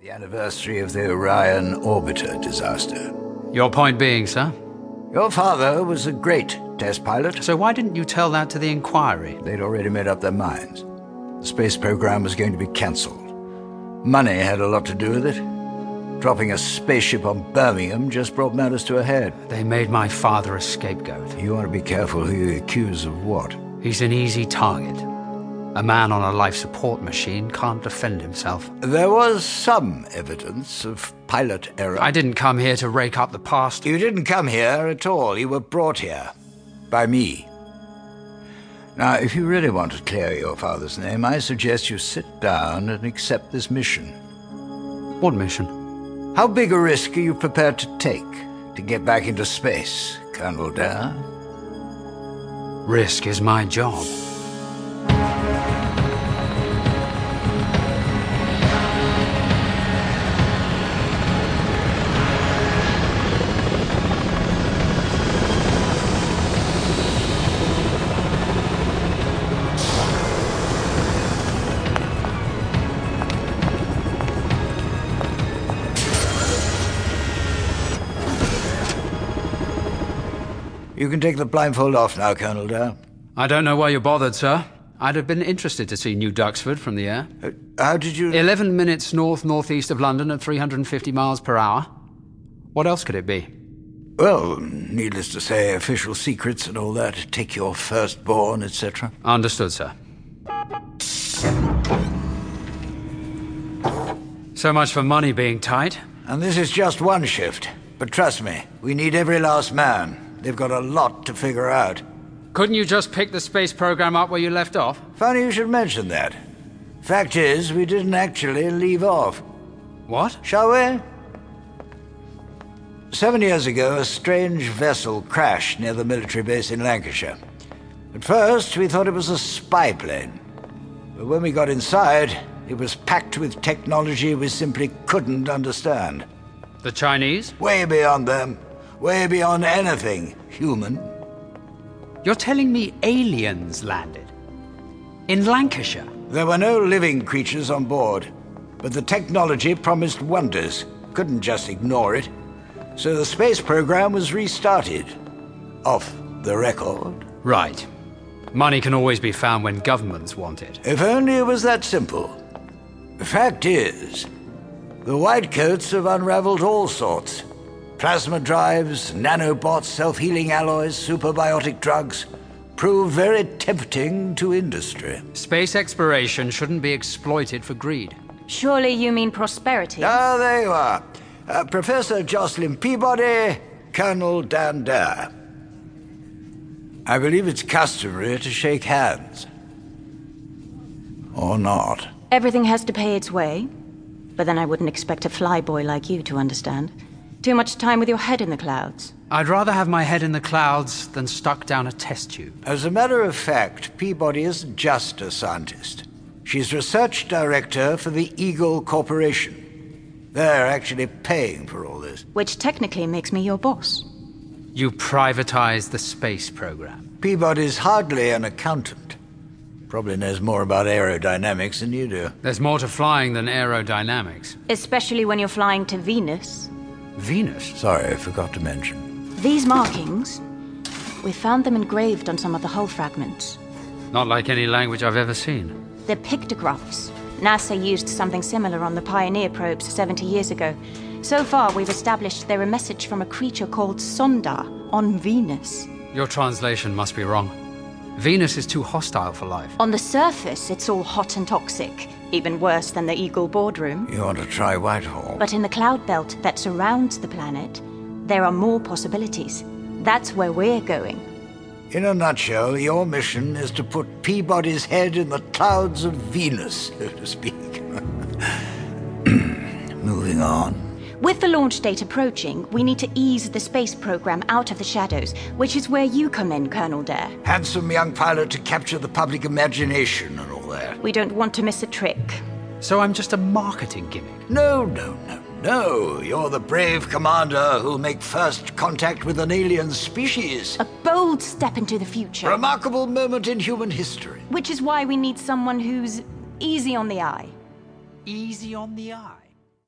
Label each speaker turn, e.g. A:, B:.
A: The anniversary of the Orion Orbiter disaster.
B: Your point being, sir?
A: Your father was a great test pilot.
B: So why didn't you tell that to the inquiry?
A: They'd already made up their minds. The space program was going to be cancelled. Money had a lot to do with it. Dropping a spaceship on Birmingham just brought matters to a head.
B: They made my father a scapegoat.
A: You want to be careful who you accuse of what.
B: He's an easy target. A man on a life support machine can't defend himself.
A: There was some evidence of pilot error.
B: I didn't come here to rake up the past.
A: You didn't come here at all. You were brought here by me. Now, if you really want to clear your father's name, I suggest you sit down and accept this mission.
B: What mission?
A: How big a risk are you prepared to take to get back into space, Colonel Dare?
B: Risk is my job.
A: You can take the blindfold off now, Colonel Dare.
B: I don't know why you bothered, sir. I'd have been interested to see New Duxford from the air.
A: Uh, How did you.
B: 11 minutes north northeast of London at 350 miles per hour. What else could it be?
A: Well, needless to say, official secrets and all that, take your firstborn, etc.
B: Understood, sir. So much for money being tight.
A: And this is just one shift. But trust me, we need every last man. They've got a lot to figure out.
B: Couldn't you just pick the space program up where you left off?
A: Funny you should mention that. Fact is, we didn't actually leave off,
B: What?
A: shall we? Seven years ago, a strange vessel crashed near the military base in Lancashire. At first, we thought it was a spy plane. But when we got inside, it was packed with technology we simply couldn't understand.
B: The Chinese?
A: Way beyond them, way beyond anything human.
B: You're telling me aliens landed? In Lancashire?
A: There were no living creatures on board, but the technology promised wonders. Couldn't just ignore it. So the space program was restarted. Off the record.
B: Right. Money can always be found when governments want it.
A: If only it was that simple. The fact is, the white coats have unraveled all sorts plasma drives, nanobots, self healing alloys, superbiotic drugs prove very tempting to industry.
B: Space exploration shouldn't be exploited for greed.
C: Surely you mean prosperity?
A: Ah, there you are. Uh, Professor Jocelyn Peabody, Colonel Dan Dare. I believe it's customary to shake hands. Or not.
C: Everything has to pay its way. But then I wouldn't expect a flyboy like you to understand. Too much time with your head in the clouds.
B: I'd rather have my head in the clouds than stuck down a test tube.
A: As a matter of fact, Peabody isn't just a scientist. She's research director for the Eagle Corporation. They're actually paying for all this.
C: Which technically makes me your boss.
B: You privatized the space program.
A: Peabody's hardly an accountant. Probably knows more about aerodynamics than you do.
B: There's more to flying than aerodynamics.
C: Especially when you're flying to Venus.
B: Venus?
A: Sorry, I forgot to mention.
C: These markings, we found them engraved on some of the hull fragments.
B: Not like any language I've ever seen.
C: They're pictographs. NASA used something similar on the Pioneer probes 70 years ago. So far, we've established they're a message from a creature called Sonda on Venus.
B: Your translation must be wrong. Venus is too hostile for life.
C: On the surface, it's all hot and toxic, even worse than the Eagle boardroom.
A: You want to try Whitehall?
C: But in the cloud belt that surrounds the planet, there are more possibilities. That's where we're going.
A: In a nutshell, your mission is to put Peabody's head in the clouds of Venus, so to speak. Moving on.
C: With the launch date approaching, we need to ease the space program out of the shadows, which is where you come in, Colonel Dare.
A: Handsome young pilot to capture the public imagination and all that.
C: We don't want to miss a trick.
B: So I'm just a marketing gimmick.
A: No, no, no, no. You're the brave commander who'll make first contact with an alien species.
C: A bold step into the future,
A: Remarkable moment in human history.
C: which is why we need someone who's easy on the eye.
B: Easy on the eye.